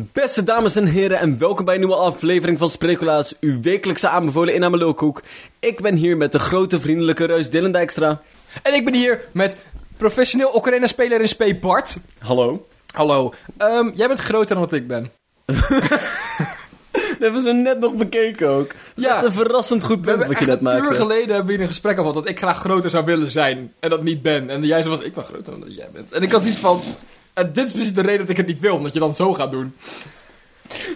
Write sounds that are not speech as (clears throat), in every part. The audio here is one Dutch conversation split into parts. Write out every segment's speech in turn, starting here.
Beste dames en heren en welkom bij een nieuwe aflevering van Sprekulaas, uw wekelijkse aanbevolen in Amelookhoek. Ik ben hier met de grote vriendelijke reus Dylan Dijkstra. En ik ben hier met professioneel Ocarina-speler in spe Bart. Hallo. Hallo. Ehm, jij bent groter dan wat ik ben. (laughs) Dat hebben ze net nog bekeken ook. Ja. Ja. Een verrassend goed punt wat je net een uur maakte. geleden hebben we hier een gesprek gehad dat ik graag groter zou willen zijn en dat niet ben. En jij zo was, ik ben groter dan dat jij bent. En ik had iets van, eh, dit is precies de reden dat ik het niet wil, omdat je dan zo gaat doen.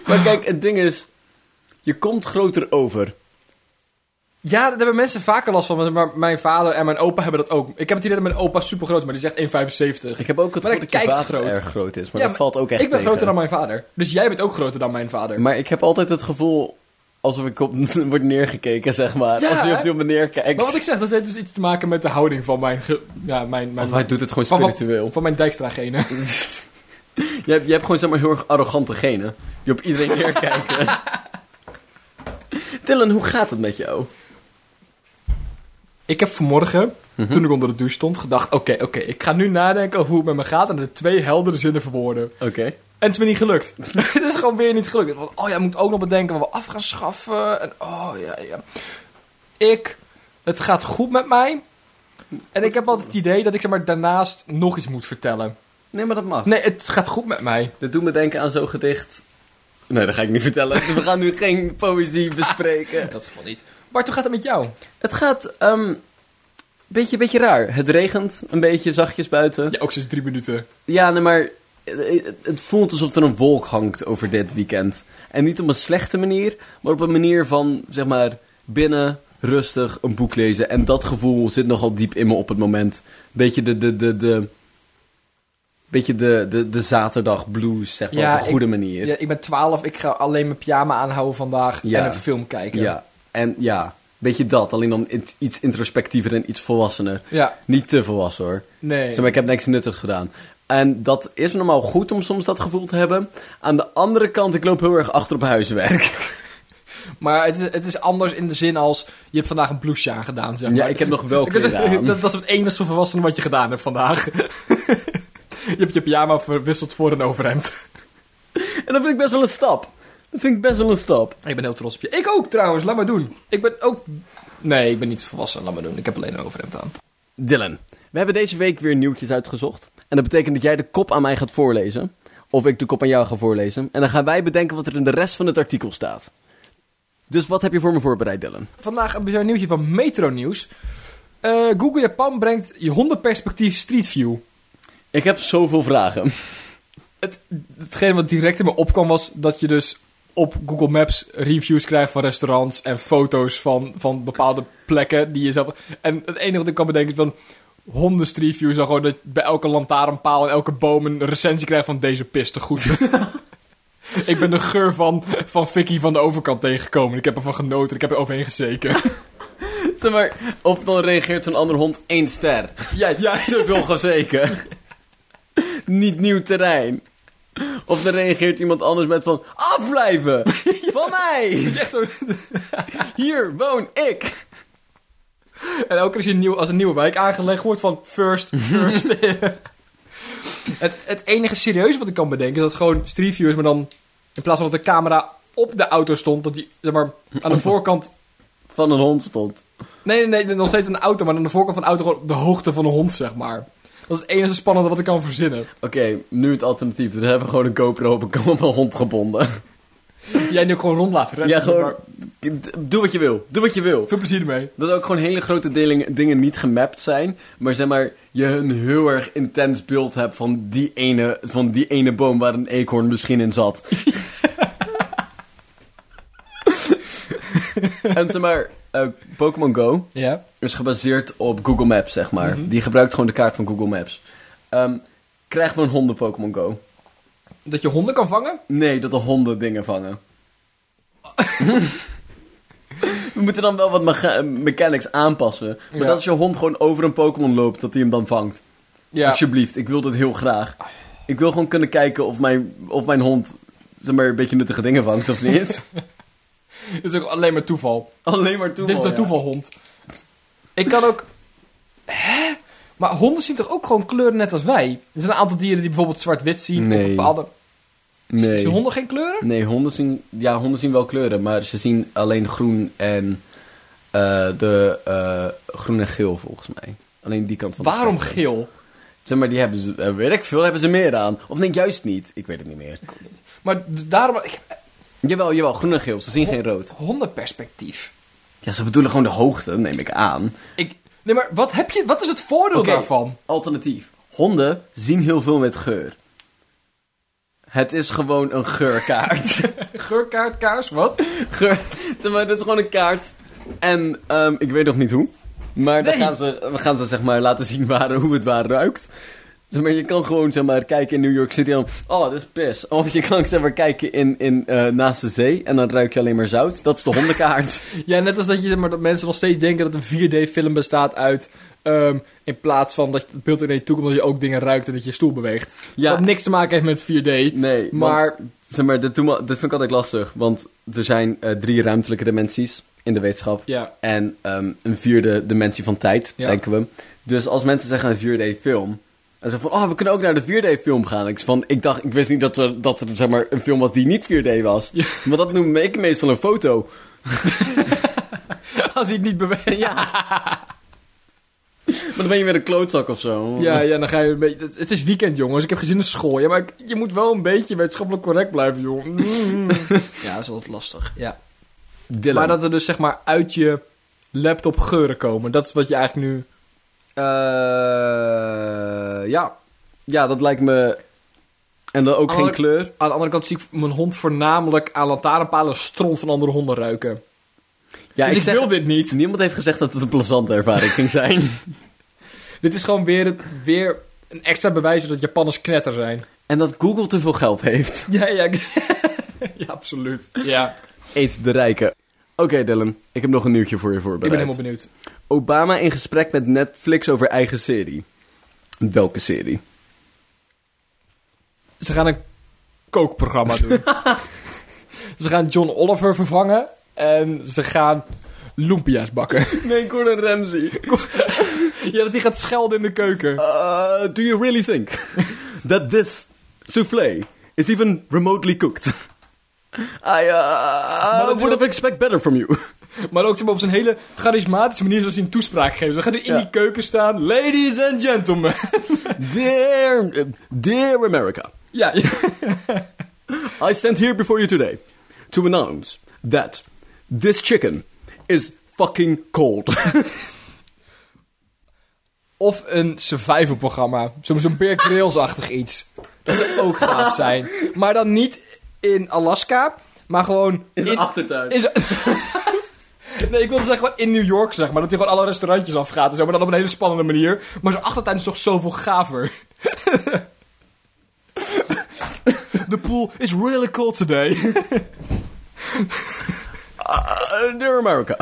Maar kijk, het ding is, je komt groter over. Ja, daar hebben mensen vaker last van, maar mijn vader en mijn opa hebben dat ook. Ik heb het idee dat mijn opa super groot is, maar die zegt 1,75. Ik heb ook het Maar gevoel ik dat je kijk vader groot. erg groot is, maar Ja, dat valt ook echt ik ben tegen. groter dan mijn vader. Dus jij bent ook groter dan mijn vader. Maar ik heb altijd het gevoel alsof ik op (laughs) word neergekeken, zeg maar. Ja, Als je op die hè? manier kijkt. Maar wat ik zeg, dat heeft dus iets te maken met de houding van mijn... ge- Ja, mijn, mijn Of hij doet het gewoon Van- van- spiritueel. Van mijn Dijkstra-genen. Je hebt, je hebt gewoon zeg maar heel erg arrogante genen. Die op (laughs) iedereen neerkijken. Dylan, hoe gaat het met jou? Ik heb vanmorgen, Mhm. toen ik onder de douche stond, gedacht... Oké, oké, ik ga nu nadenken over hoe het met me gaat... en de twee heldere zinnen verwoorden. Oké. En het is me niet gelukt. (laughs) het is gewoon weer niet gelukt. Want, oh ja, moet ook nog bedenken wat we af gaan schaffen. En, oh ja, ja. Ik... Het gaat goed met mij. En ik heb altijd het idee dat ik zeg maar, daarnaast nog iets moet vertellen. Nee, maar dat mag. Nee, het gaat goed met mij. Dit doet me denken aan zo'n gedicht. Nee, dat ga ik niet vertellen. (laughs) We gaan nu geen poëzie bespreken. Dat geval niet. Bart, hoe gaat het met jou? Het gaat ehm beetje, beetje raar. Het regent een beetje zachtjes buiten. Ja, ook sinds drie minuten. Ja, nee, maar het- het voelt alsof er een wolk hangt over dit weekend. En niet op een slechte manier, maar op een manier van, zeg maar, binnen, rustig, een boek lezen. En dat gevoel zit nogal diep in me op het moment. Beetje de, de, de, de, beetje de, de, de zaterdag blues, zeg maar, Ja, op een ik- goede manier. Ja, ik ben 12, ik ga alleen mijn pyjama aanhouden vandaag Ja. en een film kijken. ja, en ja, beetje dat. Alleen dan iets- iets introspectiever en iets volwassener. Ja, Niet te volwassen hoor. nee. Zeg maar, ik heb niks nuttigs gedaan. En dat is normaal goed om soms dat gevoel te hebben. Aan de andere kant, ik loop heel erg achter op (laughs) huiswerk. Maar het is, het is anders in de zin als je hebt vandaag een blouseje aangedaan, zeg maar. Ja, ik heb nog wel Ik- (laughs) dat, is- kleren aan. dat, dat is het enige volwassene wat je gedaan hebt vandaag. (laughs) je hebt je pyjama verwisseld voor een overhemd. En dat vind ik best wel een stap. Dat vind ik best wel een stap. Ik ben heel trots op je. Ik ook trouwens, laat maar doen. Ik ben ook... Nee, ik ben niet volwassen, laat maar doen. Ik heb alleen een overhemd aan. Dylan, we hebben deze week weer nieuwtjes uitgezocht. En dat betekent dat jij de kop aan mij gaat voorlezen. Of ik de kop aan jou ga voorlezen. En dan gaan wij bedenken wat er in de rest van het artikel staat. Dus wat heb je voor me voorbereid, Dylan? Vandaag een bizar nieuwtje van Metro Nieuws. Eh, Google Japan brengt je hondenperspectief Street View. Ik heb zoveel vragen. Het, hetgeen wat direct in me opkwam was dat je dus op Google Maps reviews krijgt van restaurants en foto's van, van bepaalde plekken die je zelf... En het enige wat ik kan bedenken is van hondenstreviews, dan gewoon dat je bij elke lantaarnpaal en elke boom een recensie krijgt van deze piste goed. (laughs) ik ben de geur van, van Vicky van de overkant tegengekomen. Ik heb ervan genoten, ik heb er overheen gezeken. (laughs) Zeg maar, of dan reageert zo'n andere hond één ster. ja, ja. te veel gezeken. (laughs) Niet nieuw terrein. Of dan reageert iemand anders met van... (laughs) Afblijven! Van mij! (laughs) Echt zo, Hier woon ik! En elke keer als, je een nieuw, als een nieuwe wijk aangelegd wordt van (laughs) first, first. het, het enige serieuze wat ik kan bedenken is dat het gewoon street view is, maar dan in plaats van dat de camera op de auto stond, dat die zeg maar, aan (laughs) de voorkant... Van een hond stond. Nee, nee, nee, nog steeds een auto, maar aan de voorkant van de auto gewoon op de hoogte van een hond, zeg maar. Dat is het enige spannende wat ik kan verzinnen. Oké, nu het alternatief. Dus we hebben gewoon een GoPro op een, op een hond gebonden. Jij nu ook gewoon rond laten rennen. dus Ja, gewoon... maar Doe wat je wil. Doe wat je wil. Veel plezier ermee. Dat ook gewoon hele grote delingen- dingen niet gemapt zijn. Maar zeg maar, je een heel erg intens beeld hebt van die ene, van die ene boom waar een eekhoorn misschien in zat. en zeg maar, eh, Pokémon Go Ja. is gebaseerd op Google Maps, zeg maar. Die gebruikt gewoon de kaart van Google Maps. Ehm, krijgen we een honden Pokémon Go? Dat je honden kan vangen? Nee, dat de honden dingen vangen. We moeten dan wel wat mecha- mechanics aanpassen. Maar Ja. dat als je hond gewoon over een Pokémon loopt, dat hij hem dan vangt. Ja. Alsjeblieft, ik wil dat heel graag. Ik wil gewoon kunnen kijken of mijn, of mijn hond zeg maar, een beetje nuttige dingen vangt of niet. Dit is ook alleen maar toeval. (laughs) Alleen maar toeval. Dit is de ja. toevalhond. Ik kan ook... Hè? Maar honden zien toch ook gewoon kleuren net als wij? Er zijn een aantal dieren die bijvoorbeeld zwart-wit zien. Nee. Op bepaalde... Zijn Nee. honden geen kleuren? Nee, honden zien, ja, honden zien wel kleuren, maar ze zien alleen groen en eh, de eh, groen en geel volgens mij. Alleen die kant van de Waarom spectrum. geel? Zeg maar, die hebben ze, eh, weet ik veel, hebben ze meer aan. Of nee, juist niet. Ik weet het niet meer. Maar d- daarom... Ik, Jawel, jawel, groen en geel. Ze zien geen rood. hondenperspectief. Ja, ze bedoelen gewoon de hoogte, neem ik aan. Ik, nee, maar wat, heb je, wat is het voordeel Oké, daarvan? Alternatief. Honden zien heel veel met geur. Het is gewoon een geurkaart. Geurkaart, kaars, wat? Geur, zeg maar, dat is gewoon een kaart. En ehm, ik weet nog niet hoe. Maar dan Nee. gaan ze, we gaan ze zeg maar, laten zien waar, hoe het waar ruikt. Zeg maar, je kan gewoon zeg maar, kijken in New York City en... Oh, dit is pis. Of je kan zeg maar, kijken in, in, eh, naast de zee en dan ruik je alleen maar zout. Dat is de hondenkaart. Ja, net als dat, je, zeg maar, dat mensen nog steeds denken dat een 4D-film bestaat uit... ehm, in plaats van dat je het beeld in je toekomt dat je ook dingen ruikt en dat je stoel beweegt. Ja. Wat niks te maken heeft met 4D. Nee, maar... Maar- zeg maar, dit, doe- dit vind ik altijd lastig. Want er zijn eh, drie ruimtelijke dimensies in de wetenschap. Ja. En ehm, een vierde dimensie van tijd, Ja. denken we. Dus als mensen zeggen een 4D-film... En ze van, oh, we kunnen ook naar de 4D-film gaan. Ik, zeg van, ik dacht, ik wist niet dat, we, dat er zeg maar, een film was die niet 4D was. Ja. Maar dat noem ik meestal een foto. (laughs) Als hij het niet beweegt. ja. Maar dan ben je weer een klootzak of zo. Ja, ja, dan ga je een beetje... Het, het is weekend, jongens. Ik heb geen zin in school. Ja, maar ik- je moet wel een beetje wetenschappelijk correct blijven, jongen. (laughs) Mm. ja, dat is altijd lastig. Ja. Dylan. Maar dat er dus zeg maar uit je laptop geuren komen. Dat is wat je eigenlijk nu... Eh, ja. Ja, dat lijkt me... En dan ook geen Alle- kleur. Aan de andere kant zie ik mijn hond voornamelijk aan lantaarnpalen stront van andere honden ruiken. Ja, dus ik, zeg- wil dit niet. Niemand heeft gezegd dat het een plezante ervaring ging zijn. (laughs) Dit is gewoon weer, weer een extra bewijs dat Japanners knetter zijn. en dat Google te veel geld heeft. Ja, ja. (laughs) ja, absoluut. Ja. Eet de rijken. Oké Dylan, ik heb nog een nieuwtje voor je Ik ben voorbereid. helemaal benieuwd. Obama in gesprek met Netflix over eigen serie. Welke serie? Ze gaan een kookprogramma (laughs) doen. ze gaan John Oliver vervangen. En ze gaan lumpia's bakken. Nee, Gordon Ramsay. (laughs) ja, dat die gaat schelden in de keuken. Uh, do you really (laughs) think that this soufflé is even remotely cooked? I uh, dat would have wil- expected better from (laughs) you. Maar ook zeg maar, op zijn hele charismatische manier zoals hij een toespraak geeft. Dan gaat hij in Ja. die keuken staan. Ladies and gentlemen. dear, eh, dear America. (laughs) ja, ja. I stand here before you today to announce that this chicken is fucking (laughs) cold. (laughs) Of een survival programma. Zo'n zo'n Bear Grylls-achtig iets. Dat zou ook gaaf zijn. Maar dan niet in Alaska. Maar gewoon... in- achtertuin. Is... (laughs) nee, ik wilde zeggen gewoon in New York, zeg maar. Dat hij gewoon alle restaurantjes afgaat en zo, maar dan op een hele spannende manier. Maar zijn achtertuin is toch zoveel gaver. (laughs) The pool is really cold today. (laughs) dear Uh, (laughs) America.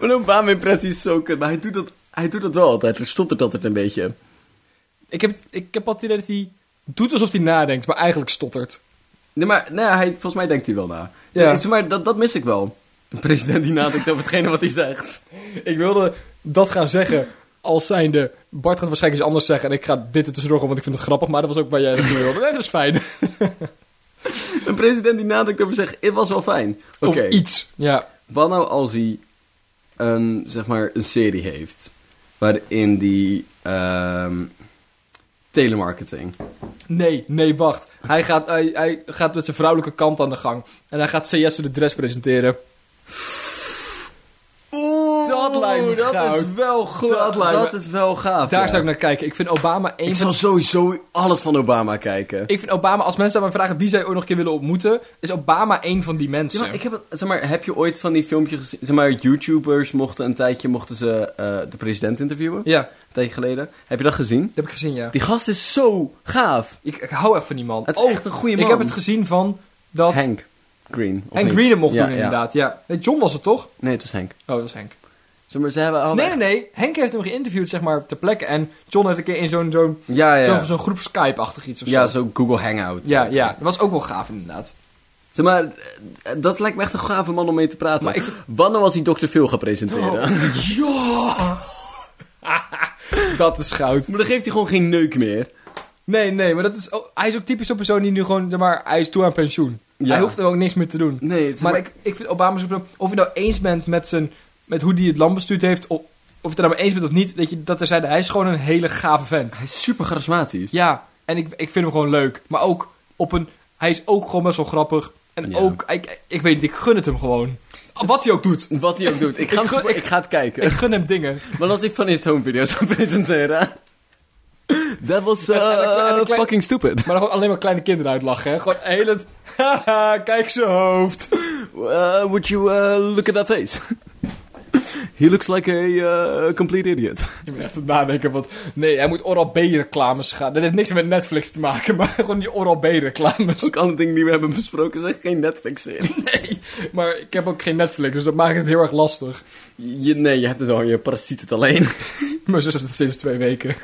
Mijn Obama-impressie is zo kut, maar hij doet, dat, hij doet dat wel altijd. Hij stottert altijd een beetje. ik, heb, ik heb altijd het idee dat hij doet alsof hij nadenkt, maar eigenlijk stottert. Nee, maar nee, hij, volgens mij denkt hij wel na. Ja. Nee, maar dat, dat mis ik wel. Een president die nadenkt over hetgene wat hij zegt. Ik wilde dat gaan zeggen als zijnde... Bart gaat waarschijnlijk iets anders zeggen en ik ga dit er tussendoor gaan, want ik vind het grappig. Maar dat was ook waar jij naartoe wilde. Nee, dat is fijn. (laughs) Een president die nadenkt over zegt, het was wel fijn. Oké, Of iets. Ja. wat nou als hij een, zeg maar, een serie heeft... waarin die ehm, telemarketing... Nee, nee, wacht. Hij gaat, hij, hij gaat met zijn vrouwelijke kant aan de gang. En hij gaat CS de dress presenteren. Oeh, Dat lijkt me Oh, dat goud. is wel goed. Dat lijkt me- is wel gaaf. Daar ja. zou ik naar kijken. Ik vind Obama één Ik zal van... sowieso alles van Obama kijken. Ik vind Obama, als mensen aan mij vragen wie zij ooit nog een keer willen ontmoeten, is Obama één van die mensen. Ja, maar ik heb, het- zeg maar, heb je ooit van die filmpjes gezien? Zeg maar, YouTubers mochten een tijdje mochten ze eh, de president interviewen. Ja, dat Een tijdje geleden. Heb je dat gezien? heb ik gezien, ja. Die gast is zo gaaf. Ik, ik hou echt van die man. Het is Oh, echt een goede man. Ik heb het gezien van dat... Hank Green. of Hank niet? Green hem mocht Ja, doen, ja. inderdaad. Ja. Nee, John was het, toch? Nee, het was Hank. Oh, dat was Henk. Zeg maar, ze hebben al. Nee, nee, nee. Henk heeft hem geïnterviewd, zeg maar, ter plekke. En John heeft een keer in zo'n zo'n Ja, ja. zo'n- zo'n groep Skype-achtig iets of ja, zo. zo Google Hangout. Ja, ja. Dat was ook wel gaaf, inderdaad. Zeg maar, eh, dat lijkt me echt een gave man om mee te praten. Maar ik Oh. Wanneer was hij Dr. Phil gaat presenteren? (laughs) Ja! dat is goud. (laughs) Maar dan geeft hij gewoon geen neuk meer. Nee, nee, maar dat is, oh, hij is ook typisch zo'n persoon die nu gewoon, zeg maar, hij is toe aan pensioen. Ja. Hij hoeft er ook niks meer te doen. Nee, het is Maar, ik, ik vind Obama zo Of je nou eens bent met, zijn, met hoe hij het land bestuurd heeft. Of, of je het er nou mee eens bent of niet. Weet je, dat er Hij is gewoon een hele gave vent. Hij is super charismatisch. Ja, en ik, ik vind hem gewoon leuk. Maar ook op een. Hij is ook gewoon best wel grappig. En Ja. ook. Ik, ik weet niet, ik gun het hem gewoon. Wat hij ook doet. Wat hij ook doet. (laughs) Ik ga, Ik hem gun- super- ik- ik ga het kijken. Ik gun hem dingen. Maar als ik van Eerst Home Video's ga presenteren... (laughs) That was eh, En- en een klein- en een klein- fucking (laughs) stupid. Maar gewoon alleen maar kleine kinderen uitlachen. Hè? Gewoon de hele. Haha, kijk zijn hoofd. Uh, would you uh, look at that face? (laughs) He looks like a uh, complete idiot. Je moet echt aan het nadenken, want nee, hij moet Oral B-reclames gaan. Dat heeft niks met Netflix te maken, (laughs) maar gewoon die Oral B-reclames. Ook alle dingen die we hebben besproken zijn geen Netflix-serie. Maar ik heb ook geen Netflix, dus dat maakt het heel erg lastig. Je- Nee, je hebt het al, je parasiet het (laughs) alleen. Mijn zus heeft het sinds twee weken.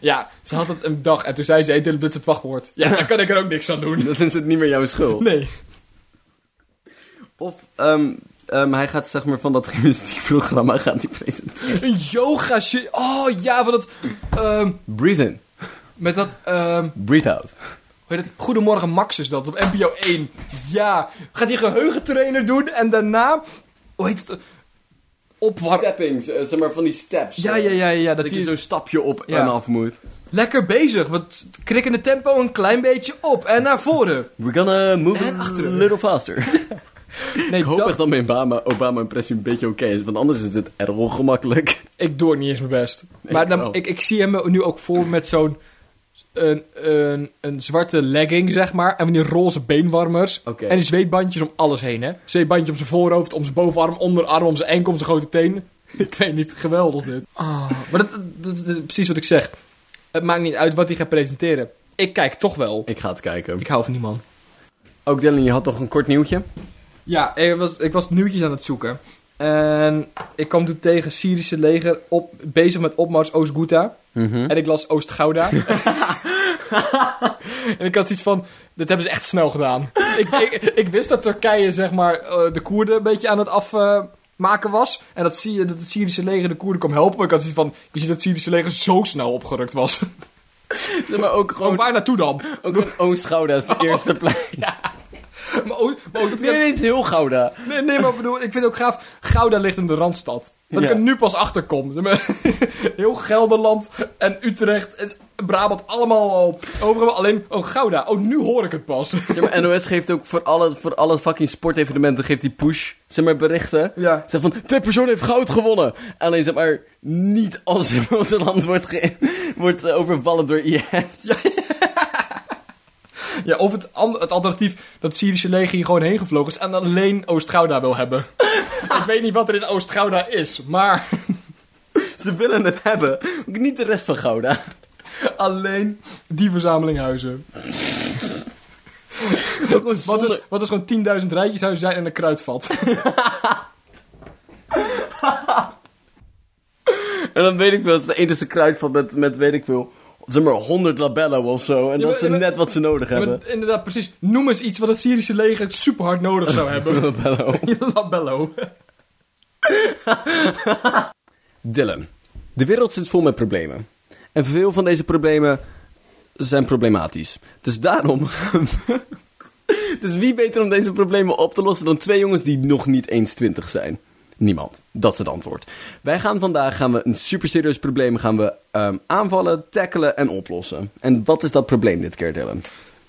Ja, ze had het een dag en toen zei ze, hey, Dylan, dit is het wachtwoord. Ja, daar kan ik er ook niks aan doen. Dan is het niet meer jouw schuld. Nee. Of ehm, ehm, hij gaat zeg maar van dat gymnastiekprogramma (laughs) gaat hij presenteren. Een yoga shit. Oh ja, van dat... ehm, Breathe in, met dat... ehm, breathe out. hoe heet het? Goedemorgen Max is dat, op NPO 1. Ja, gaat die geheugentrainer doen en daarna... Hoe heet het? eh, Opwarmen. Steppings, eh, zeg maar van die steps. Ja, ja, ja, ja. Dat Dat je hij zo'n stapje op Ja. en af moet. Lekker bezig, want krikkende tempo een klein beetje op en naar voren. We're gonna move En a achteren. little (laughs) faster. Nee, Ik hoop echt dat mijn Obama, Obama impressie een beetje oké is, want anders is dit erg ongemakkelijk. ik doe ook niet eens mijn best. maar Ik dan, wel. ik, ik zie hem nu ook voor met zo'n een, een, een zwarte legging, zeg maar. En van die roze beenwarmers. Oké. En die zweetbandjes om alles heen, hè. Zweetbandje om zijn voorhoofd, om zijn bovenarm, onderarm, om zijn enkel, om zijn grote teen. (laughs) ik weet niet, geweldig dit. Ah, maar dat, dat, dat is precies wat ik zeg. Het maakt niet uit wat hij gaat presenteren. Ik kijk toch wel. Ik ga het kijken. Ik hou van die man. Ook Dylan, je had toch een kort nieuwtje? Ja, ik was, ik was nieuwtjes aan het zoeken. En ik kwam toen tegen Syrische leger op, bezig met opmars Oost-Ghouta. Hm? En ik (laughs) las Oost-Gouda. (laughs) en ik had zoiets van, dit hebben ze echt snel gedaan. ik, ik, ik wist dat Turkije, zeg maar, eh, de Koerden een beetje aan het afmaken was. En dat, zie je, dat het Syrische leger de Koerden kwam helpen. Maar ik had zoiets van, ik wist niet dat het Syrische leger zo snel opgerukt was. (laughs) Nee, maar ook Gewoon, gewoon... waar naartoe dan? (laughs) Ook een Oostgouda is de eerste plek. Maar ook, maar ook Oh, dat Nee, nee, het is heel Gouda. Nee, nee, maar ik bedoel, ik vind het ook gaaf. Gouda ligt in de Randstad. Dat Ja. ik er nu pas achter kom. Zeg maar, (laughs) Heel Gelderland en Utrecht en Brabant, allemaal al. Overal alleen, oh Gouda, oh nu hoor ik het pas. Zeg maar, NOS geeft ook voor alle, voor alle fucking sportevenementen geeft die push. Zeg maar, berichten. Ja. Zeg van, dit persoon heeft goud gewonnen. Alleen zeg maar, niet als (laughs) ons land wordt, ge- wordt eh, overvallen door IS. Ja, of het, an- het alternatief dat het Syrische leger hier gewoon heen gevlogen is en alleen Oost-Gouda wil hebben. (laughs) ik weet niet wat er in Oost-Gouda is, maar (laughs) Ze willen het hebben. Ook niet de rest van Gouda. alleen die verzameling huizen. Wat is, wat is gewoon 10.000 rijtjeshuizen zijn en een (laughs) kruidvat? En dan weet ik wel, dat de enige kruid van met, met, weet ik veel, zeg maar, 100 labellen of zo. En Ja, dat maar- ze maar- net wat ze nodig Ja, (laughs) hebben. maar inderdaad, precies. Noem eens iets wat het Syrische leger super hard nodig (laughs) zou hebben. (laughs) Labello. Labello. Dylan, de wereld zit vol met problemen. En veel van deze problemen zijn problematisch. Dus daarom. (laughs) dus wie beter om deze problemen op te lossen dan twee jongens die nog niet eens twintig zijn? Niemand. Dat is het antwoord. Wij gaan vandaag gaan we een super serieus probleem gaan we, ehm, aanvallen, tackelen en oplossen. En wat is dat probleem dit keer, Dylan?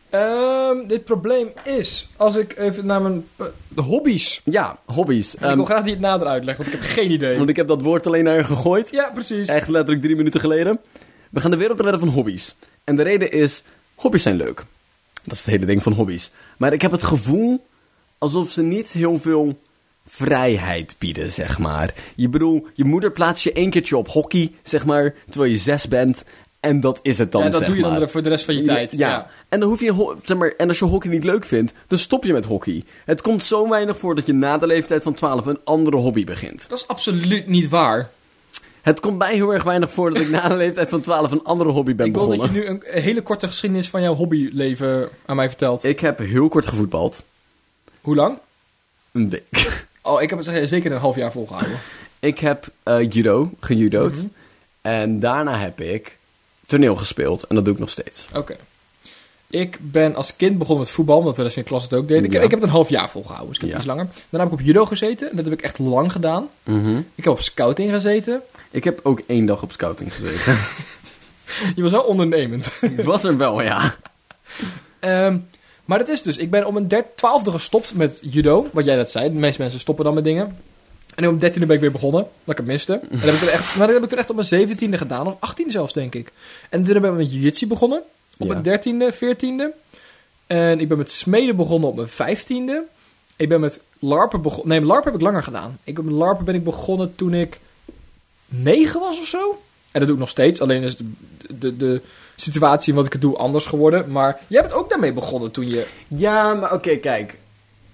Ehm, dit probleem is, als ik even naar mijn eh, de hobby's. Ja, hobby's. ik Ehm, wil graag die het nader uitleggen, want ik heb geen idee. want ik heb dat woord alleen naar je gegooid. Ja, precies. Echt letterlijk drie minuten geleden. We gaan de wereld redden van hobby's. En de reden is, hobby's zijn leuk. Dat is het hele ding van hobby's. Maar ik heb het gevoel alsof ze niet heel veel vrijheid bieden, zeg maar. Je bedoel, je moeder plaatst je één keertje op hockey, zeg maar, terwijl je zes bent. En dat is het dan, ja, dat zeg doe je dan maar. voor de rest van je tijd. Ja, Ja. ja. En, dan hoef je, ho- zeg maar, en als je hockey niet leuk vindt, dan stop je met hockey. Het komt zo weinig voor dat je na de leeftijd van 12 een andere hobby begint. Dat is absoluut niet waar. Het komt mij heel erg weinig voor dat ik na de leeftijd van 12 een andere hobby ben Ik wil dat begonnen. je nu een een hele korte geschiedenis van jouw hobbyleven aan mij vertelt. Ik heb heel kort gevoetbald. Hoe lang? Een week. (laughs) Oh, ik heb het zeker een half jaar volgehouden. Mhm. Ik heb eh, judo, gejudood. En daarna heb ik toneel gespeeld. En dat doe ik nog steeds. Oké. Ik ben als kind begonnen met voetbal, omdat we dus in de klas het ook deden. Ik, Ja. ik heb het een half jaar volgehouden, dus ik heb Ja. iets langer. Daarna heb ik op judo gezeten, en dat heb ik echt lang gedaan. Ik heb op scouting gezeten. Ik heb ook één dag op scouting gezeten. (laughs) Je was wel ondernemend. Ik was er wel, ja. Ehm, maar dat is dus, ik ben om een dert- twaalfde gestopt met judo, wat jij dat zei. De meeste mensen stoppen dan met dingen. En om dertiende ben ik weer begonnen, dat ik het miste. En dat heb ik er echt, maar dat heb ik er echt op mijn zeventiende gedaan, of achttiende zelfs, denk ik. En toen ben ik met jiu-jitsu begonnen, Ja. op mijn dertiende, veertiende. En ik ben met smeden begonnen op mijn vijftiende. Ik ben met larpen begonnen, nee, larpen heb ik langer gedaan. Ik ben met larpen ben ik begonnen toen ik negen was of zo. En dat doe ik nog steeds, alleen is de, de, de situatie in wat ik het doe anders geworden. Maar jij bent ook daarmee begonnen toen je... Ja, maar oké, kijk.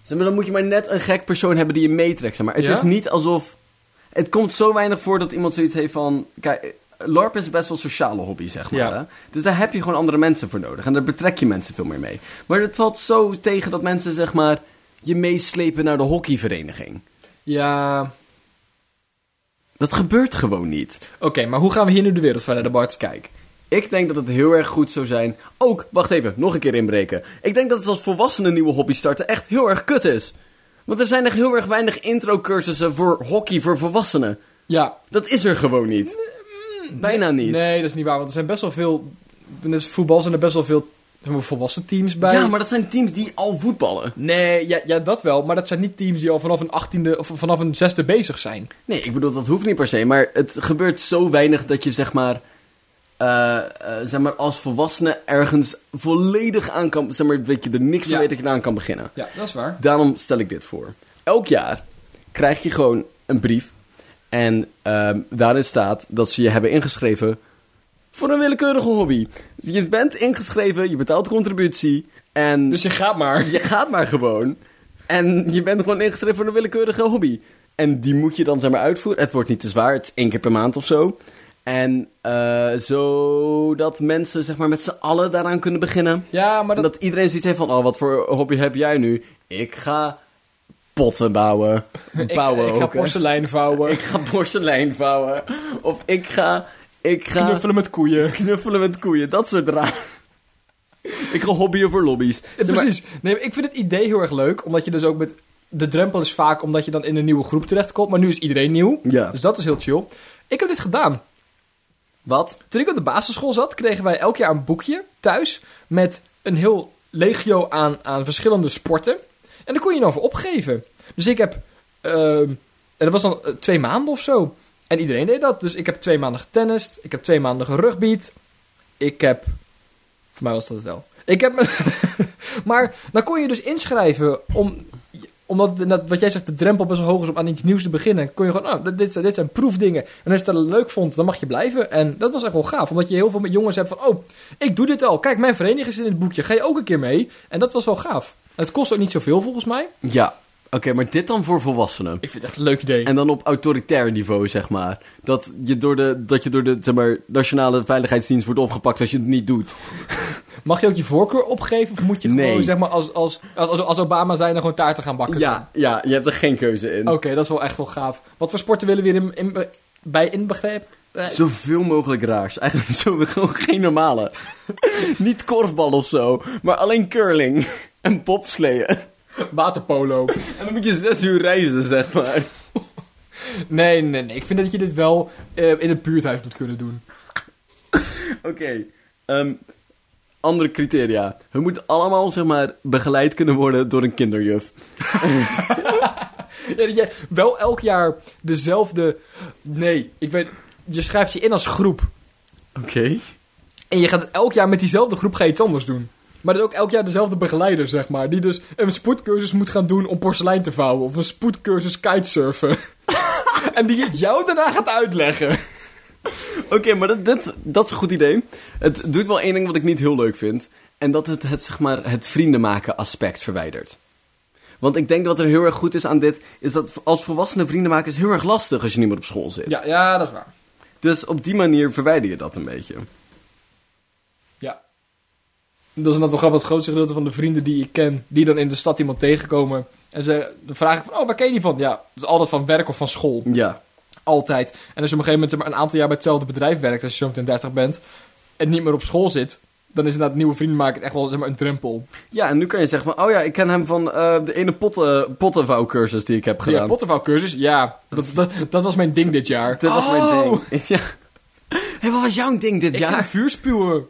Zeg maar, dan moet je maar net een gek persoon hebben die je meetrekt. Zeg maar het Ja? is niet alsof... Het komt zo weinig voor dat iemand zoiets heeft van... Kijk, LARP is best wel een sociale hobby, zeg maar. Ja. Hè? Dus daar heb je gewoon andere mensen voor nodig. En daar betrek je mensen veel meer mee. Maar het valt zo tegen dat mensen, zeg maar... je meeslepen naar de hockeyvereniging. Ja, Dat gebeurt gewoon niet. oké, maar hoe gaan we hier nu de wereld verder, Bart? Kijk, ik denk dat het heel erg goed zou zijn. Ook, wacht even, nog een keer inbreken. Ik denk dat het als volwassenen nieuwe hobby starten echt heel erg kut is. Want er zijn echt heel erg weinig introcursussen voor hockey voor volwassenen. Ja, Dat is er gewoon niet. Bijna niet. nee, dat is niet waar, want er zijn best wel veel... Net als voetbal zijn er best wel veel zeg maar, volwassen teams bij. Ja, maar dat zijn teams die al voetballen. Nee, ja, ja, dat wel, maar dat zijn niet teams die al vanaf een achttiende of vanaf een zesde bezig zijn. Nee, ik bedoel, dat hoeft niet per se. Maar het gebeurt zo weinig dat je, zeg maar... eh, eh, zeg maar, als volwassene ergens volledig aan kan... Zeg maar, weet je, er niks van Ja. weet dat je eraan kan beginnen. Ja, dat is waar. Daarom stel ik dit voor. Elk jaar krijg je gewoon een brief. En ehm, daarin staat dat ze je hebben ingeschreven voor een willekeurige hobby. Je bent ingeschreven, je betaalt contributie. En Dus je gaat maar. je gaat maar gewoon. En je bent gewoon ingeschreven voor een willekeurige hobby. En die moet je dan zeg maar uitvoeren. Het wordt niet te zwaar, het is één keer per maand of zo. En eh, zodat mensen zeg maar met z'n allen daaraan kunnen beginnen. Ja, maar En dat... dat iedereen zoiets heeft van, oh, wat voor hobby heb jij nu? Ik ga potten bouwen. ik- Bouwen ik, ook, ga hè. porselein vouwen, Ik ga porselein vouwen. Of ik ga, ik ga knuffelen. knuffelen met koeien. met koeien. Dat soort raar. (laughs) ik ga hobbyen voor lobby's. Zeg maar, Precies. Nee, maar ik vind het idee heel erg leuk, omdat je dus ook met... De drempel is vaak omdat je dan in een nieuwe groep terechtkomt, maar nu is iedereen nieuw. Ja. Dus dat is heel chill. Ik heb dit gedaan. Wat? Toen ik op de basisschool zat, kregen wij elk jaar een boekje thuis met een heel legio aan, aan verschillende sporten. En daar kon je dan voor opgeven. Dus ik heb, ehm, en dat was dan eh, twee maanden of zo. En iedereen deed dat. Dus ik heb twee maanden getennist, ik heb twee maanden gerugbied, ik heb, voor mij was dat het wel. Ik heb, me- (laughs) maar dan kon je dus inschrijven om omdat dat, wat jij zegt, de drempel best wel hoog is om aan iets nieuws te beginnen. Kon je gewoon, nou, dit- dit, zijn- dit zijn proefdingen. En als je dat leuk vond, dan mag je blijven. En dat was echt wel gaaf. Omdat je heel veel met jongens hebt van, oh, ik doe dit al. Kijk, mijn vereniging is in het boekje. Ga je ook een keer mee? En dat was wel gaaf. En het kost ook niet zoveel volgens mij. Ja, oké, maar dit dan voor volwassenen. Ik vind het echt een leuk idee. En dan op autoritair niveau, zeg maar. Dat je door de, dat je door de zeg maar, Nationale Veiligheidsdienst wordt opgepakt als je het niet doet. Mag je ook je voorkeur opgeven? Of moet je Nee. gewoon, zeg maar, als, als, als, als, als Obama zijn, dan gewoon taarten gaan bakken? Ja, ja, je hebt er geen keuze in. Oké, dat is wel echt wel gaaf. Wat voor sporten willen we in, in, bij inbegrepen? Zoveel mogelijk raars. Eigenlijk (laughs) zo, gewoon geen normale. (laughs) Niet korfbal of zo, maar alleen curling (laughs) en bobsleeën. (laughs) Waterpolo. En dan moet je zes uur reizen, zeg maar. (laughs) Nee, nee, nee. Ik vind dat je dit wel eh, in het buurthuis moet kunnen doen. Oké, ehm, andere criteria. We moeten allemaal, zeg maar, begeleid kunnen worden door een kinderjuf. Ja, dat jij wel elk jaar dezelfde. Nee, ik weet. Je schrijft je in als groep. Oké. En je gaat het elk jaar met diezelfde groep ga je iets anders doen. Maar dat is ook elk jaar dezelfde begeleider, zeg maar. Die dus een spoedcursus moet gaan doen om porselein te vouwen. Of een spoedcursus (laughs) kitesurfen. en die het jou daarna gaat uitleggen. Oké, maar dat, dat, dat is een goed idee. Het doet wel één ding wat ik niet heel leuk vind. En dat het het, zeg maar, het vrienden maken aspect verwijdert. Want ik denk dat wat er heel erg goed is aan dit... is dat als volwassenen vrienden maken is heel erg lastig als je niet meer op school zit. Ja, ja dat is waar. Dus op die manier verwijder je dat een beetje. Ja. Dat is net wel grappig, het grootste gedeelte van de vrienden die ik ken, die dan in de stad iemand tegenkomen. En ze dan vraag ik van, oh, waar ken je die van? Ja, dat is altijd van werk of van school. Ja. Altijd. En als je op een gegeven moment zeg maar, een aantal jaar bij hetzelfde bedrijf werkt, als je zo meteen 30 bent, en niet meer op school zit, dan is inderdaad nieuwe vrienden maken echt wel zeg maar, een drempel. Ja, en nu kan je zeggen van, oh ja, ik ken hem van eh, de ene potten, pottenvouwcursus die ik heb Ja, gedaan. Pottervouwcursus, ja, dat, dat, dat was mijn ding dit jaar. Dit was Oh! mijn ding. (laughs) Ja. Hé, wat was jouw ding dit Ik jaar? ga vuur spuwen.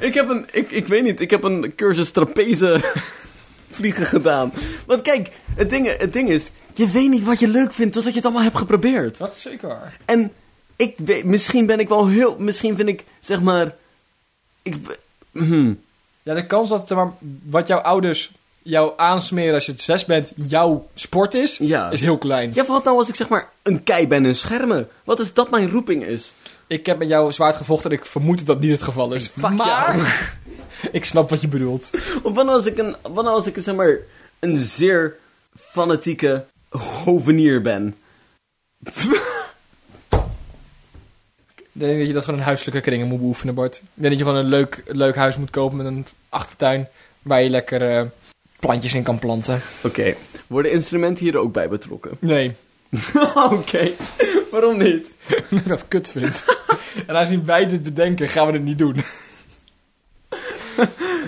Ik heb een, ik, ik weet niet, ik heb een cursus trapeze (laughs) vliegen gedaan. Want kijk, het ding, het ding is, je weet niet wat je leuk vindt totdat je het allemaal hebt geprobeerd. Dat is zeker waar. En ik weet, misschien ben ik wel heel, misschien vind ik, zeg maar, ik, be- mhm. Ja, de kans dat zeg maar, wat jouw ouders jou aansmeren als je het zes bent, jouw sport is, Ja. is heel klein. Ja, wat nou als ik zeg maar een kei ben in schermen? Wat is dat mijn roeping is? Ik heb met jou zwaard gevochten en ik vermoed dat dat niet het geval is. fuck maar (laughs) ik snap wat je bedoelt. Of wat nou als ik een, wat nou als ik zeg maar een zeer fanatieke hovenier ben? Ik denk dat je dat gewoon in huiselijke kringen moet beoefenen, Bart. Ik denk dat je gewoon een leuk, leuk huis moet kopen met een achtertuin waar je lekker eh, plantjes in kan planten. Oké, worden instrumenten hier ook bij betrokken? Nee, (laughs) Oké, waarom niet? omdat ik dat kut vind. (laughs) en aangezien wij dit bedenken, gaan we het niet (laughs) doen.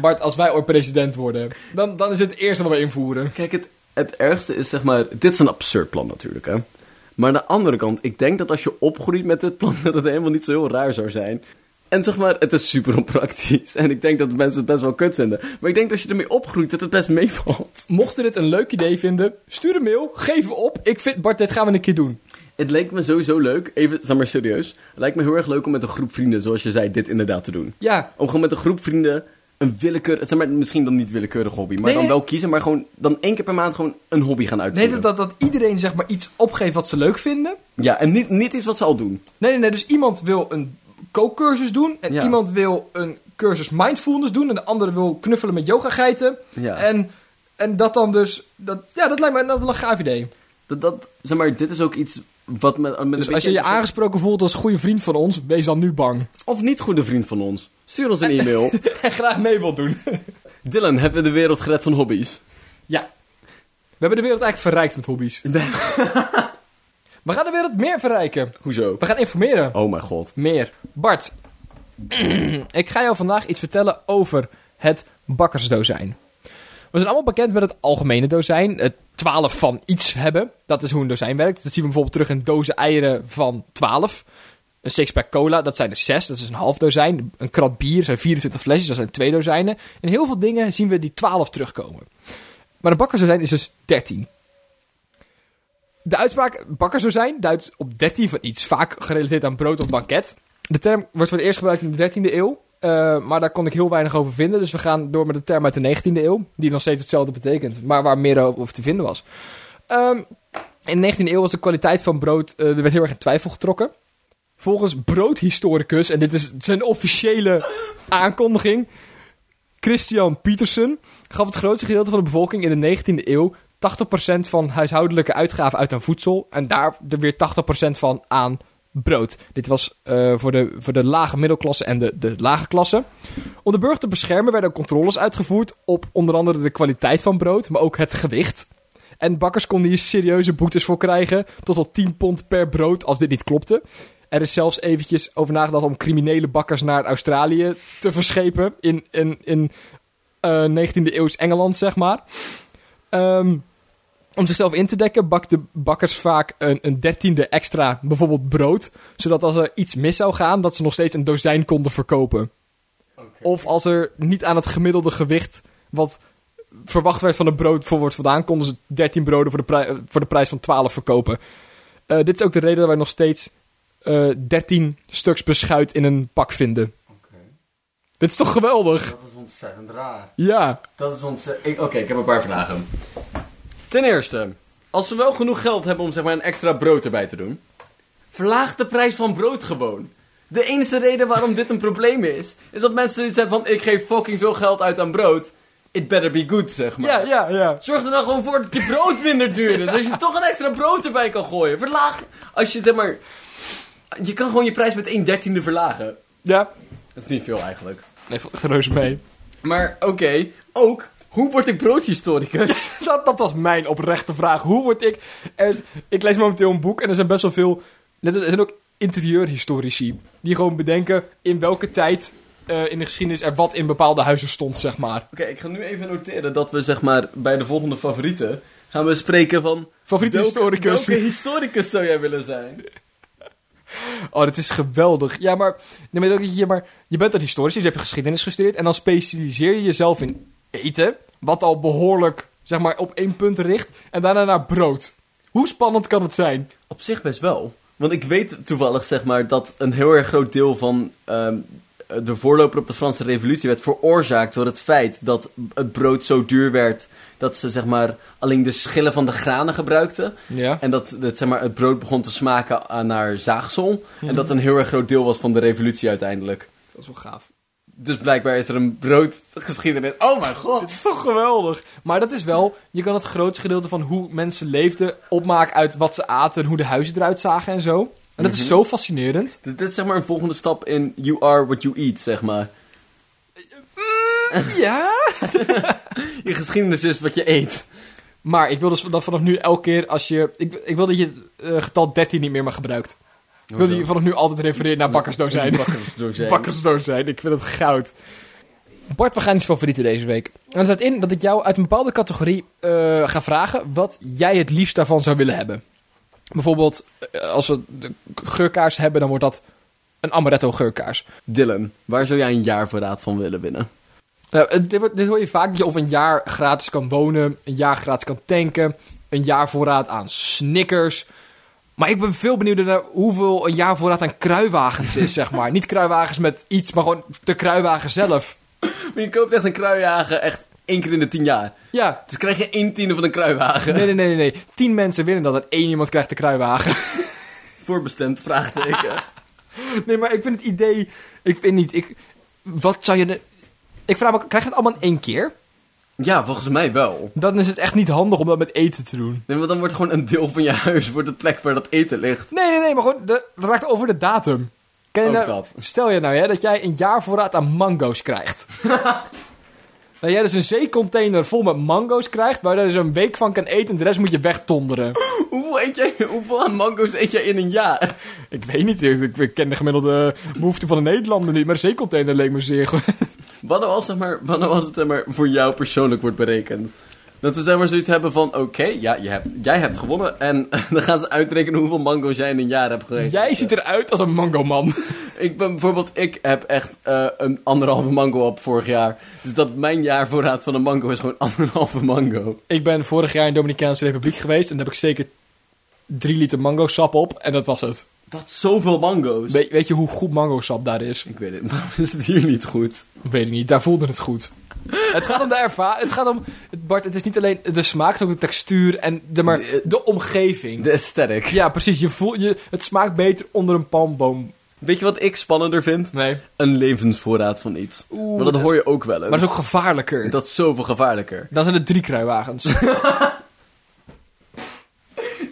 Bart, als wij ooit president worden, dan, dan is het eerste wat we invoeren. Kijk, het, het ergste is zeg maar. Dit is een absurd plan natuurlijk, hè? Maar aan de andere kant, ik denk dat als je opgroeit met dit plan, (laughs) dat het helemaal niet zo heel raar zou zijn. En zeg maar, het is super onpraktisch. En ik denk dat mensen het best wel kut vinden. Maar ik denk dat als je ermee opgroeit, dat het best meevalt. Mocht je dit een leuk idee vinden, stuur een mail, geef hem op. Ik vind, Bart, dit gaan we een keer doen. Het leek me sowieso leuk, even, zeg maar serieus. Het lijkt me heel erg leuk om met een groep vrienden, zoals je zei, dit inderdaad te doen. Ja, Om gewoon met een groep vrienden een willekeur, zeg maar, misschien dan niet willekeurig hobby, maar Nee, dan nee. wel kiezen, maar gewoon dan één keer per maand gewoon een hobby gaan nee, uitvoeren. dat, dat, dat iedereen zeg maar iets opgeeft wat ze leuk vinden. Ja, en niet, niet iets wat ze al doen. Nee, nee, nee. Dus iemand wil een kookcursus doen. En Ja. iemand wil een cursus mindfulness doen. En de andere wil knuffelen met yogageiten. Ja. En, en dat dan dus... Dat, ja, dat lijkt me dat wel een gaaf idee. Dat, dat, zeg maar, dit is ook iets wat met, met een Dus als beetje- je je aangesproken voelt als goede vriend van ons, wees dan nu bang. Of niet goede vriend van ons. Stuur (laughs) ons een e-mail. En (laughs) graag mee wilt doen. Dylan, hebben we de wereld gered van hobby's? (laughs) ja. We hebben de wereld eigenlijk verrijkt met hobby's. (laughs) We gaan de wereld meer verrijken. Hoezo? We gaan informeren. Oh mijn god. Meer. Bart, (clears throat) ik ga jou vandaag iets vertellen over het bakkersdozijn. We zijn allemaal bekend met het algemene dozijn. Het 12 van iets hebben. Dat is hoe een dozijn werkt. Dat zien we bijvoorbeeld terug in dozen eieren van 12. Een sixpack cola, dat zijn er 6. Dat is een half dozijn. Een krat bier zijn 24 flesjes. Dat zijn twee dozijnen. En heel veel dingen zien we die 12 terugkomen. Maar een bakkersdozijn is dus 13. De uitspraak bakker zou zijn duidt op 13 van iets, vaak gerelateerd aan brood of banket. De term wordt voor het eerst gebruikt in de 13e eeuw, eh, maar daar kon ik heel weinig over vinden. Dus we gaan door met de term uit de 19e eeuw, die nog steeds hetzelfde betekent, maar waar meer over te vinden was. Ehm, in de 19e eeuw was de kwaliteit van brood, eh, er werd heel erg in twijfel getrokken. Volgens broodhistoricus, en dit is zijn officiële aankondiging, Christian Pietersen gaf het grootste gedeelte van de bevolking in de 19e eeuw 80% van huishoudelijke uitgaven uit aan voedsel en daar er weer 80% van aan brood. Dit was eh, voor, de, voor de lage middelklasse en de, de lage klasse. Om de burger te beschermen werden ook controles uitgevoerd op onder andere de kwaliteit van brood, maar ook het gewicht. En bakkers konden hier serieuze boetes voor krijgen, tot al 10 pond per brood als dit niet klopte. Er is zelfs eventjes over nagedacht om criminele bakkers naar Australië te verschepen in, in, in eh, 19e eeuws Engeland, zeg maar. Ehm, om zichzelf in te dekken bakten bakkers vaak een, een dertiende extra, bijvoorbeeld brood. Zodat als er iets mis zou gaan, dat ze nog steeds een dozijn konden verkopen. Of als er niet aan het gemiddelde gewicht wat verwacht werd van het brood voor wordt vandaan, konden ze 13 broden voor de, prij- eh, voor de prijs van 12 verkopen. Eh, dit is ook de reden dat wij nog steeds eh 13 stuks beschuit in een pak vinden. Dit is toch geweldig? Dat is ontzettend raar. Ja. Dat is ontzettend... Oké, ik heb een paar vragen. Ten eerste, als ze wel genoeg geld hebben om zeg maar een extra brood erbij te doen... Verlaag de prijs van brood gewoon. De enige reden waarom dit een probleem is... is dat mensen zoiets hebben van... Ik geef fucking veel geld uit aan brood. It better be good, zeg maar. Ja, ja, ja. Zorg er dan gewoon voor dat je brood minder duur is. Als je toch een extra brood erbij kan gooien. Verlaag. Als je zeg maar. Je kan gewoon je prijs met 1 dertiende verlagen. Ja. Dat is niet veel eigenlijk. Nee, valt echt reuze mee. Maar oké, ook. Hoe word ik (laughs) broodhistoricus? (laughs) dat, dat was mijn oprechte vraag. Hoe word ik... Er is- ik lees momenteel een boek en er zijn best wel veel... net als- Er zijn ook interieurhistorici. Die gewoon bedenken in welke tijd eh, in de geschiedenis er wat in bepaalde huizen stond, zeg maar. Oké, ik ga nu even noteren dat we zeg maar bij de volgende favorieten gaan we spreken van... Favoriete welke- historicus. Welke historicus zou jij willen zijn? Oh, dat is geweldig. Ja, maar, nee, maar, dat- ja, maar je bent een historicus, dus je hebt geschiedenis gestudeerd. En dan specialiseer je jezelf in eten, wat al behoorlijk zeg maar, op één punt richt. En daarna naar brood. Hoe spannend kan het zijn? Op zich best wel. Want ik weet toevallig, zeg maar, dat een heel erg groot deel van ehm, de voorloper op de Franse Revolutie werd veroorzaakt door het feit dat het brood zo duur werd dat ze, zeg maar, alleen de schillen van de granen gebruikten. Ja. En dat, dat zeg maar, het brood begon te smaken aan naar zaagsel. En dat een heel erg groot deel was van de revolutie uiteindelijk. Dat is wel gaaf. Dus blijkbaar is er een broodgeschiedenis. Oh mijn Dat god! is toch geweldig? Maar dat is wel, je kan het grootste gedeelte van hoe mensen leefden opmaken uit wat ze aten en hoe de huizen eruit zagen en zo. En dat is zo fascinerend. (laughs) Dit dit is zeg maar een volgende stap in You are what you eat, zeg maar. Ja? Je geschiedenis is wat je eet. Maar ik wil dus dat vanaf nu elke keer als je... Ik, ik wil dat je eh, getal 13 niet meer mag gebruikt. Ik wil dat je vanaf nu altijd refereert naar (laughs) bakkersdozijn. Bakkersdozijn. Bakkersdozijn, ik vind het goud. Bart, we gaan iets favorieten deze week. En dat staat in dat ik jou uit een bepaalde categorie eh, ga vragen wat jij het liefst daarvan zou willen hebben. Bijvoorbeeld, eh, als we de geurkaars hebben, dan wordt dat een amaretto geurkaars. Dylan, waar zou jij een jaarverraad van willen winnen? Nou, eh, dit, wordt- dit hoor je vaak, dat je of een jaar gratis kan wonen, een jaar gratis kan tanken, een jaar voorraad aan Snickers. Maar ik ben veel benieuwd naar hoeveel een jaar voorraad aan kruiwagens is, (laughs) zeg maar. Niet kruiwagens met iets, maar gewoon de kruiwagen zelf. Maar je koopt echt een kruiwagen echt één keer in de tien jaar. Ja, Dus krijg je één tiende van een kruiwagen. nee, nee, nee, nee. nee. Tien mensen winnen dat en één iemand krijgt de kruiwagen. (laughs) (laughs) Voorbestemd, vraagteken. Nee, maar ik vind het idee... Ik vind niet... Ik, wat zou je... de- Ik vraag me, krijg je het allemaal in één keer? (laughs) ja, volgens mij wel. Dan is het echt niet handig om dat met eten te doen. Nee, want dan wordt gewoon een deel van je huis wordt het plek waar dat eten ligt. Nee, nee, nee, maar gewoon, de- dat raakt over de datum. Ken je Ook nou- dat. Stel je nou hè, dat jij een jaar voorraad aan mango's (laughs) krijgt. dat jij dus een zeecontainer vol met mango's krijgt, waar je dus een week van kan eten en de rest moet je wegtonderen. (laughs) Hoeveel, eet jij, hoeveel aan mango's eet jij in een jaar? (laughs) ik weet niet, ik, ik ken de gemiddelde behoeften van de Nederlander niet, maar een zeecontainer leek me zeer goed. Wat nou als, zeg maar, wat nou als het zeg maar, voor jou persoonlijk wordt berekend? Dat we zeg maar zoiets hebben van, oké, ja, je hebt, jij hebt gewonnen. En (laughs) dan gaan ze uitrekenen hoeveel mango's jij in een jaar hebt gegeten. jij ziet eruit als een mangoman. Ik ben bijvoorbeeld, ik heb echt eh, een anderhalve mango op vorig jaar. Dus dat mijn jaarvoorraad van een mango is gewoon (laughs) anderhalve mango. ik ben vorig jaar in de Dominicaanse Republiek geweest en daar heb ik zeker drie liter mango-sap op en dat was het. Dat is zoveel mango's. Weet- weet je hoe goed mango-sap daar is? ik weet het, maar (laughs) is het hier niet goed? Weet ik niet, daar voelde het goed. het gaat om de ervaring. Het gaat om. Bart, het is niet alleen de smaak, het is ook de textuur en de, maar de, De- omgeving. De aesthetic. ja, precies. Je voelt, je, het smaakt beter onder een palmboom. Weet je wat ik spannender vind? Nee. Een levensvoorraad van iets. Oeh, Want dat hoor je ook wel eens. Maar het is ook gevaarlijker. dat is zoveel gevaarlijker. Dan zijn het drie kruiwagens.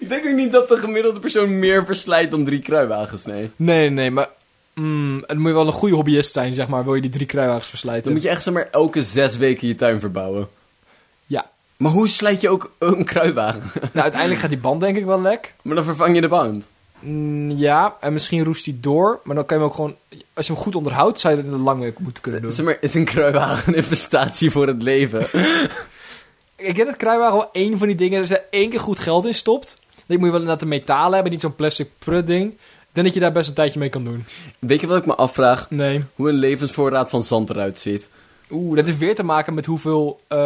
Ik denk ook niet dat de gemiddelde persoon meer verslijt dan drie kruiwagens, nee. nee, nee, maar. Mm, dan moet je wel een goede hobbyist zijn, zeg maar. Wil je die drie kruiwagens verslijten? Dan moet je echt zeg maar elke zes weken je tuin verbouwen. Ja. Maar hoe slijt je ook een kruiwagen? Nou, uiteindelijk gaat die band denk ik wel lek. (laughs) maar dan vervang je de band. Mm, ja, en misschien roest die door. Maar dan kan je hem ook gewoon. Als je hem goed onderhoudt, zou je er lang mee moeten kunnen doen. Zeg maar, is een kruiwagen een investatie voor het leven? Ik denk dat kruiwagen wel één van die dingen is. Als je er één keer goed geld in stopt. Dan moet je wel inderdaad een metalen hebben. Niet zo'n plastic prut ding. Ik denk dat je daar best een tijdje mee kan doen. Weet je wat ik me afvraag? Nee. Hoe een levensvoorraad van zand eruit ziet. Oeh, dat heeft weer te maken met hoeveel eh,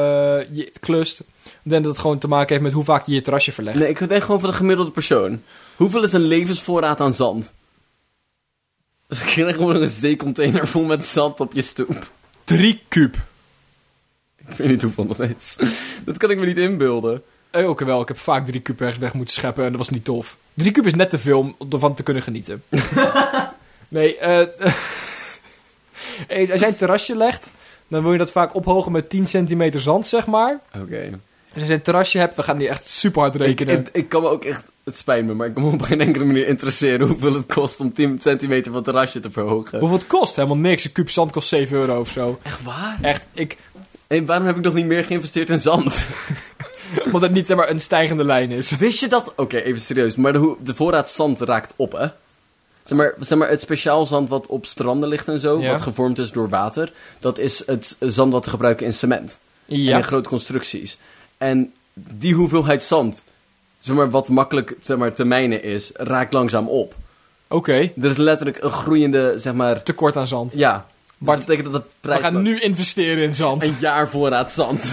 je het klust. Ik denk dat het gewoon te maken heeft met hoe vaak je je terrasje verlegt. Nee, ik denk gewoon van de gemiddelde persoon. Hoeveel is een levensvoorraad aan zand? Dus ik krijg gewoon een zeecontainer vol met zand op je stoep. Drie kuub. Ik weet niet hoeveel dat is. Dat kan ik me niet inbeelden. Eh, Ook wel, ik heb vaak drie kuub ergens weg moeten scheppen en dat was niet tof. Drie kuub is net te veel om ervan te kunnen (laughs) genieten. nee, eh (laughs) eens, als jij een terrasje legt, dan wil je dat vaak ophogen met 10 centimeter zand, zeg maar. Oké. Dus als je een terrasje hebt, we gaan die echt super hard Ik, rekenen. ik, ik kan me ook echt... Het spijt me, maar ik kan me op geen enkele manier interesseren hoeveel het kost om 10 centimeter van het terrasje te verhogen. Hoeveel het kost? Helemaal niks. Een kuub zand kost 7 euro of zo. eh. Echt waar? Echt, ik... En waarom heb ik nog niet meer geïnvesteerd in zand? Omdat het niet zeg maar, een stijgende lijn is. Wist je dat? Oké, even serieus. Maar de, hoe- de voorraad zand raakt op, hè? Zeg maar, zeg maar, het speciaal zand wat op stranden ligt en zo, Ja. wat gevormd is door water, dat is het zand wat we gebruiken in cement. En in Ja. grote constructies. En die hoeveelheid zand, zeg maar, wat makkelijk zeg maar, te mijnen is, raakt langzaam op. Oké. Er is letterlijk een groeiende, zeg maar, Tekort aan zand. ja. Dus Bart, dat betekent dat de We prijs... gaan nu investeren in zand. Een jaar voorraad zand. (laughs)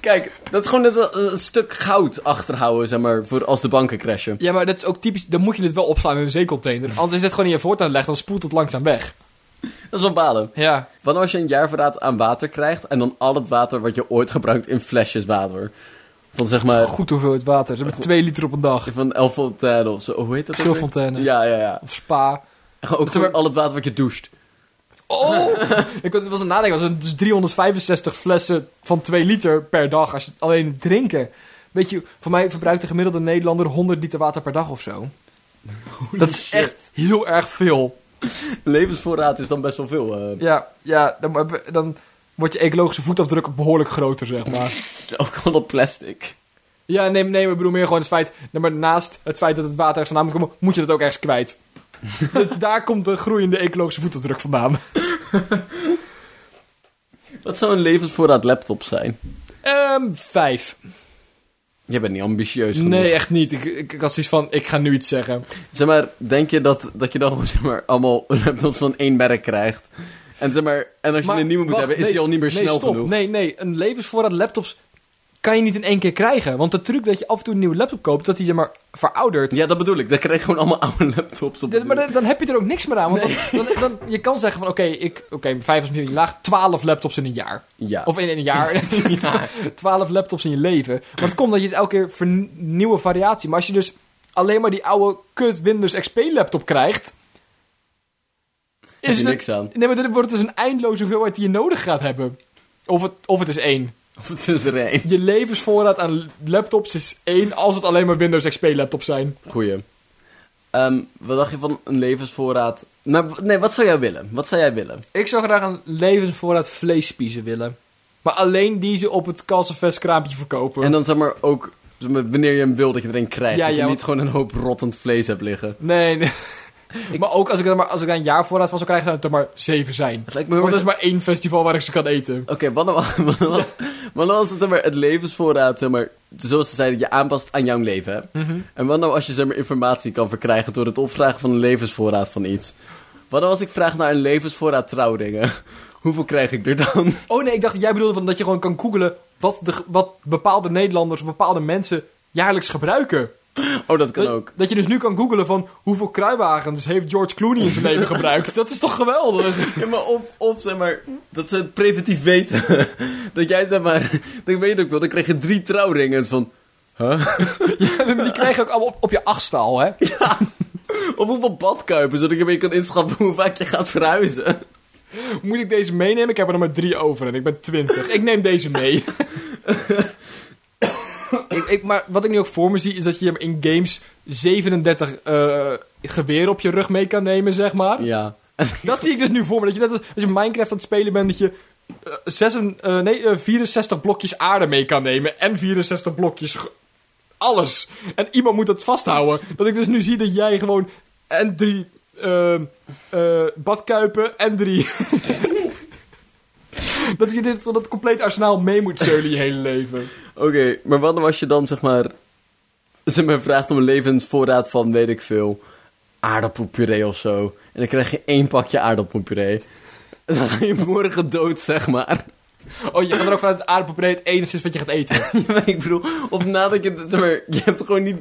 Kijk, dat is gewoon net als een stuk goud achterhouden, zeg maar, voor als de banken crashen. Ja, maar dat is ook typisch. Dan moet je dit wel opslaan in een zeecontainer. Anders is dit gewoon in je voortuin leggen, dan spoelt het langzaam weg. Dat is wel balen. Ja. Wanneer als je een jaarverraad aan water krijgt en dan al het water wat je ooit gebruikt in flesjes water. Van zeg maar, Goed hoeveelheid water. Ze hebben 2 liter op een dag. van Elfontaine of zo, hoe heet dat? ook weer? Silfontaine. Ja, ja, ja. Of spa. Gewoon Ook gewoon al het water wat je doucht. Oh! (laughs) ik kon- was aan het nadenken. Dat is dus 365 flessen van 2 liter per dag. Als je het alleen drinken. Weet je, voor mij verbruikt de gemiddelde Nederlander 100 liter water per dag of zo. dat is echt heel erg veel. Levensvoorraad is dan best wel veel. eh. (laughs) Ja, ja dan, heb je- dan wordt je ecologische voetafdruk behoorlijk groter, zeg maar. Ook al op plastic. Ja, nee, nee, maar ik bedoel meer gewoon het feit... nee, maar naast het feit dat het water ergens vandaan moet komen... moet je dat ook ergens (laughs) kwijt. dus daar komt de groeiende ecologische voetafdruk vandaan. Wat zou een levensvoorraad laptop zijn? Ehm, vijf. Je bent niet ambitieus genoeg. Nee, echt niet. Ik, ik, ik had zoiets van, ik ga nu iets zeggen. Zeg maar, denk je dat, dat je dan gewoon zeg maar, allemaal (laughs) laptops van één merk krijgt? En, zeg maar, en als je Maar een nieuwe moet wacht, hebben, is nee, die al niet meer nee, snel stop. genoeg. Nee, nee, een levensvoorraad laptops kan je niet in één keer krijgen. Want de truc dat je af en toe een nieuwe laptop koopt... dat die je maar veroudert. Ja, dat bedoel ik. Dan krijg je gewoon allemaal (laughs) oude laptops op. de Ja, maar deur. dan, dan heb je er ook niks meer aan. Want dan, dan, dan- je kan zeggen van, oké, ik, oké, vijf is misschien laag. Twaalf laptops in een jaar. Ja. Of (laughs) in een jaar. Twaalf laptops in je leven. Want het komt dat je het elke keer vernieuwe variatie. Maar als je dus alleen maar die oude kut Windows XP laptop krijgt. Heb je het- niks aan. Nee, maar dan wordt het dus een eindloze hoeveelheid die je nodig gaat hebben. Of het, of het is één. Of het is er één. Je levensvoorraad aan laptops is één als het alleen maar Windows XP laptops zijn. Goeie. Ehm, wat dacht je van een levensvoorraad? Nou, w- nee, wat zou jij willen? Wat zou jij willen? Ik zou graag een levensvoorraad vleespiezen willen. Maar alleen die ze op het Kalsenvest kraampje verkopen. En dan zeg maar ook zeg maar, wanneer je hem wil dat je er een krijgt. Ja, dat je ja, niet want- gewoon een hoop rottend vlees hebt liggen. Nee, nee. Maar ook als (laughs) ik, er maar, als ik daar een jaar voorraad van zou krijgen, zou het er maar zeven zijn. Het lijkt me heel Want er is erg- maar één festival waar ik ze kan eten. Oké, wanneer wa- (laughs) wanneer was- wanneer was het, zeg maar, het levensvoorraad, zeg maar, zoals ze zeiden, je aanpast aan jouw leven, hè? En wat nou als je, zeg maar, informatie kan verkrijgen door het opvragen van een levensvoorraad van iets? Wat nou als ik vraag naar een levensvoorraad trouwringen? (laughs) Hoeveel krijg ik er dan? (laughs) Oh nee, ik dacht, jij bedoelde van dat je gewoon kan googelen wat, de, ge- wat bepaalde Nederlanders of bepaalde mensen jaarlijks gebruiken. Oh, dat kan Dat, ook. dat je dus nu kan googelen van hoeveel kruiwagens heeft George Clooney in zijn (laughs) leven gebruikt. Dat is toch (laughs) geweldig? Ja, maar of, of, zeg maar, dat ze het preventief weten. (laughs) dat jij, zeg maar, dat weet ik wel, dan krijg je drie trouwringen van... Huh? En Die krijg je ook allemaal op, op je achtste al, hè? Of hoeveel badkuipen, zodat ik een beetje kan inschatten hoe vaak je gaat verhuizen. Moet ik deze meenemen? Ik heb er nog maar drie over en ik ben twintig. Ik neem deze mee. (laughs) ik, ik, maar wat ik nu ook voor me zie, is dat je in games 37 eh geweren op je rug mee kan nemen, zeg maar. Ja. Dat zie ik dus nu voor me. Dat je net als, als je Minecraft aan het spelen bent, dat je eh, zes en- eh, nee, eh, 64 blokjes aarde mee kan nemen. En 64 blokjes ge- alles. En iemand moet dat vasthouden. Dat ik dus nu zie dat jij gewoon en drie eh, eh, badkuipen en drie... (laughs) dat je dit, dat compleet arsenaal mee moet zeulen je hele leven. (laughs) Oké, maar wat nou als je dan zeg maar. Ze me vraagt om een levensvoorraad van weet ik veel. aardappelpuree of zo. En dan krijg je één pakje aardappelpuree. (laughs) En dan ga je morgen dood, zeg maar. (laughs) Oh, je gaat er ook vanuit het aardappelbreed het enigszins wat je gaat eten. ik bedoel, of nadat je. Zeg maar, je hebt gewoon niet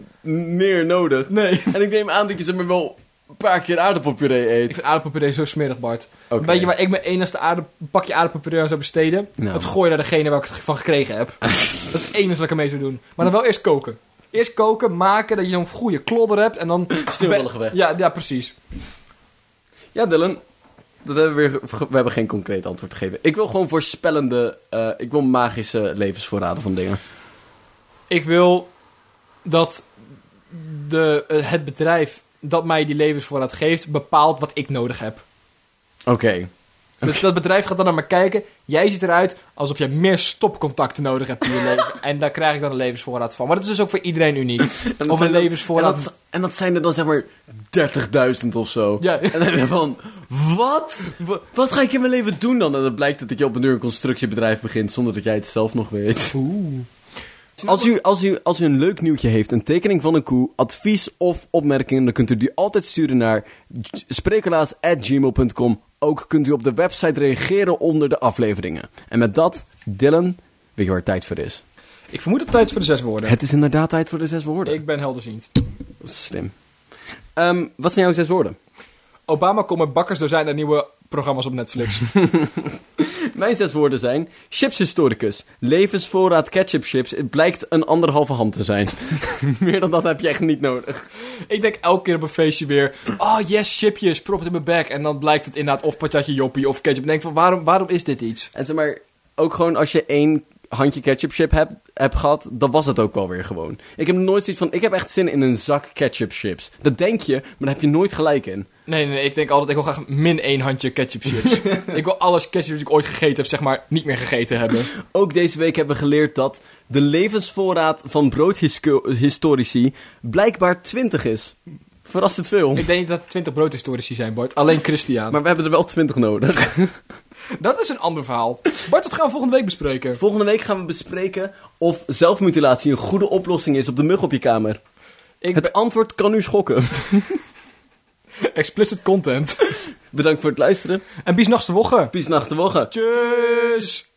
meer nodig. Nee. En ik neem aan dat je zeg maar wel een paar keer aardappelpuree Ik eet. vind aardappelpuree zo smerig, Bart. Oké. Weet je waar ik mijn enigste aardapp- pakje aardappelpuree aan zou besteden? Nou. Het gooien naar degene waar ik het van (laughs) gekregen heb. dat is het enige wat ik ermee zou doen. Maar dan wel eerst koken. Eerst koken, maken, dat je zo'n goede klodder hebt (laughs) en dan... Sneeuwballen weg. Ja, ja, precies. Ja, Dylan. Dat hebben we, weer, ge- we hebben geen concreet antwoord gegeven. Ik wil gewoon voorspellende. eh, ik wil magische levensvoorraden van dingen. Ik wil dat de, eh, het bedrijf dat mij die levensvoorraad geeft, bepaalt wat ik nodig heb. Oké. Dus dat bedrijf gaat dan naar me kijken. Jij ziet eruit alsof jij meer stopcontacten nodig hebt in (laughs) je leven. En daar krijg ik dan een levensvoorraad van. Maar dat is dus ook voor iedereen uniek. dat Of een zijn dan- levensvoorraad. En dat, en dat zijn er dan zeg maar 30.000 of zo. Ja. En dan ben je van, wat? Wa- Wat ga ik in mijn leven doen dan? En dan blijkt dat je op een duur een constructiebedrijf begint zonder dat jij het zelf nog weet. Oeh. Als u, als, u, als u een leuk nieuwtje heeft, een tekening van een koe, advies of opmerkingen, dan kunt u die altijd sturen naar j- sprekelaars.gmail.com. Ook kunt u op de website reageren onder de afleveringen. En met dat, Dylan, weet je waar het tijd voor is? Ik vermoed dat het tijd is voor de zes woorden. Het is inderdaad tijd voor de zes woorden. Ik ben helderziend. Dat is slim. Ehm, wat zijn jouw zes woorden? Obama komt met bakkersdozijn en nieuwe programma's op (laughs) Netflix. Mijn zes woorden zijn chipshistoricus, levensvoorraad ketchupchips. Het blijkt een anderhalve hand te zijn. (laughs) Meer dan dat heb je echt niet nodig. ik denk elke keer op een feestje weer... Oh yes, chipjes, prop het in mijn bek. En dan blijkt het inderdaad of patatje joppie of ketchup. En denk van, waarom, waarom is dit iets? En zeg maar, ook gewoon als je één handje ketchupchip hebt, hebt gehad, dan was het ook wel weer gewoon. Ik heb nooit zoiets van, ik heb echt zin in een zak ketchupchips. Dat denk je, maar daar heb je nooit gelijk in. Nee, nee, nee, ik denk altijd, ik wil graag min één handje ketchup (laughs) chips. ik wil alles ketchup die ik ooit gegeten heb, zeg maar, niet meer gegeten (laughs) hebben. Ook deze week hebben we geleerd dat de levensvoorraad van broodhistorici blijkbaar 20 is. Verrassend veel. ik denk niet dat er 20 broodhistorici zijn, Bart. Alleen Christian. Maar we hebben er wel 20 nodig. (laughs) dat is een ander verhaal. Bart, wat gaan we volgende week bespreken? Volgende week gaan we bespreken of zelfmutilatie een goede oplossing is op de mug op je kamer. Ik Het antwoord kan u schokken. (laughs) ben explicit content. Bedankt voor het luisteren. en bis nachts te woggen. Peace nacht de woche. Tjus!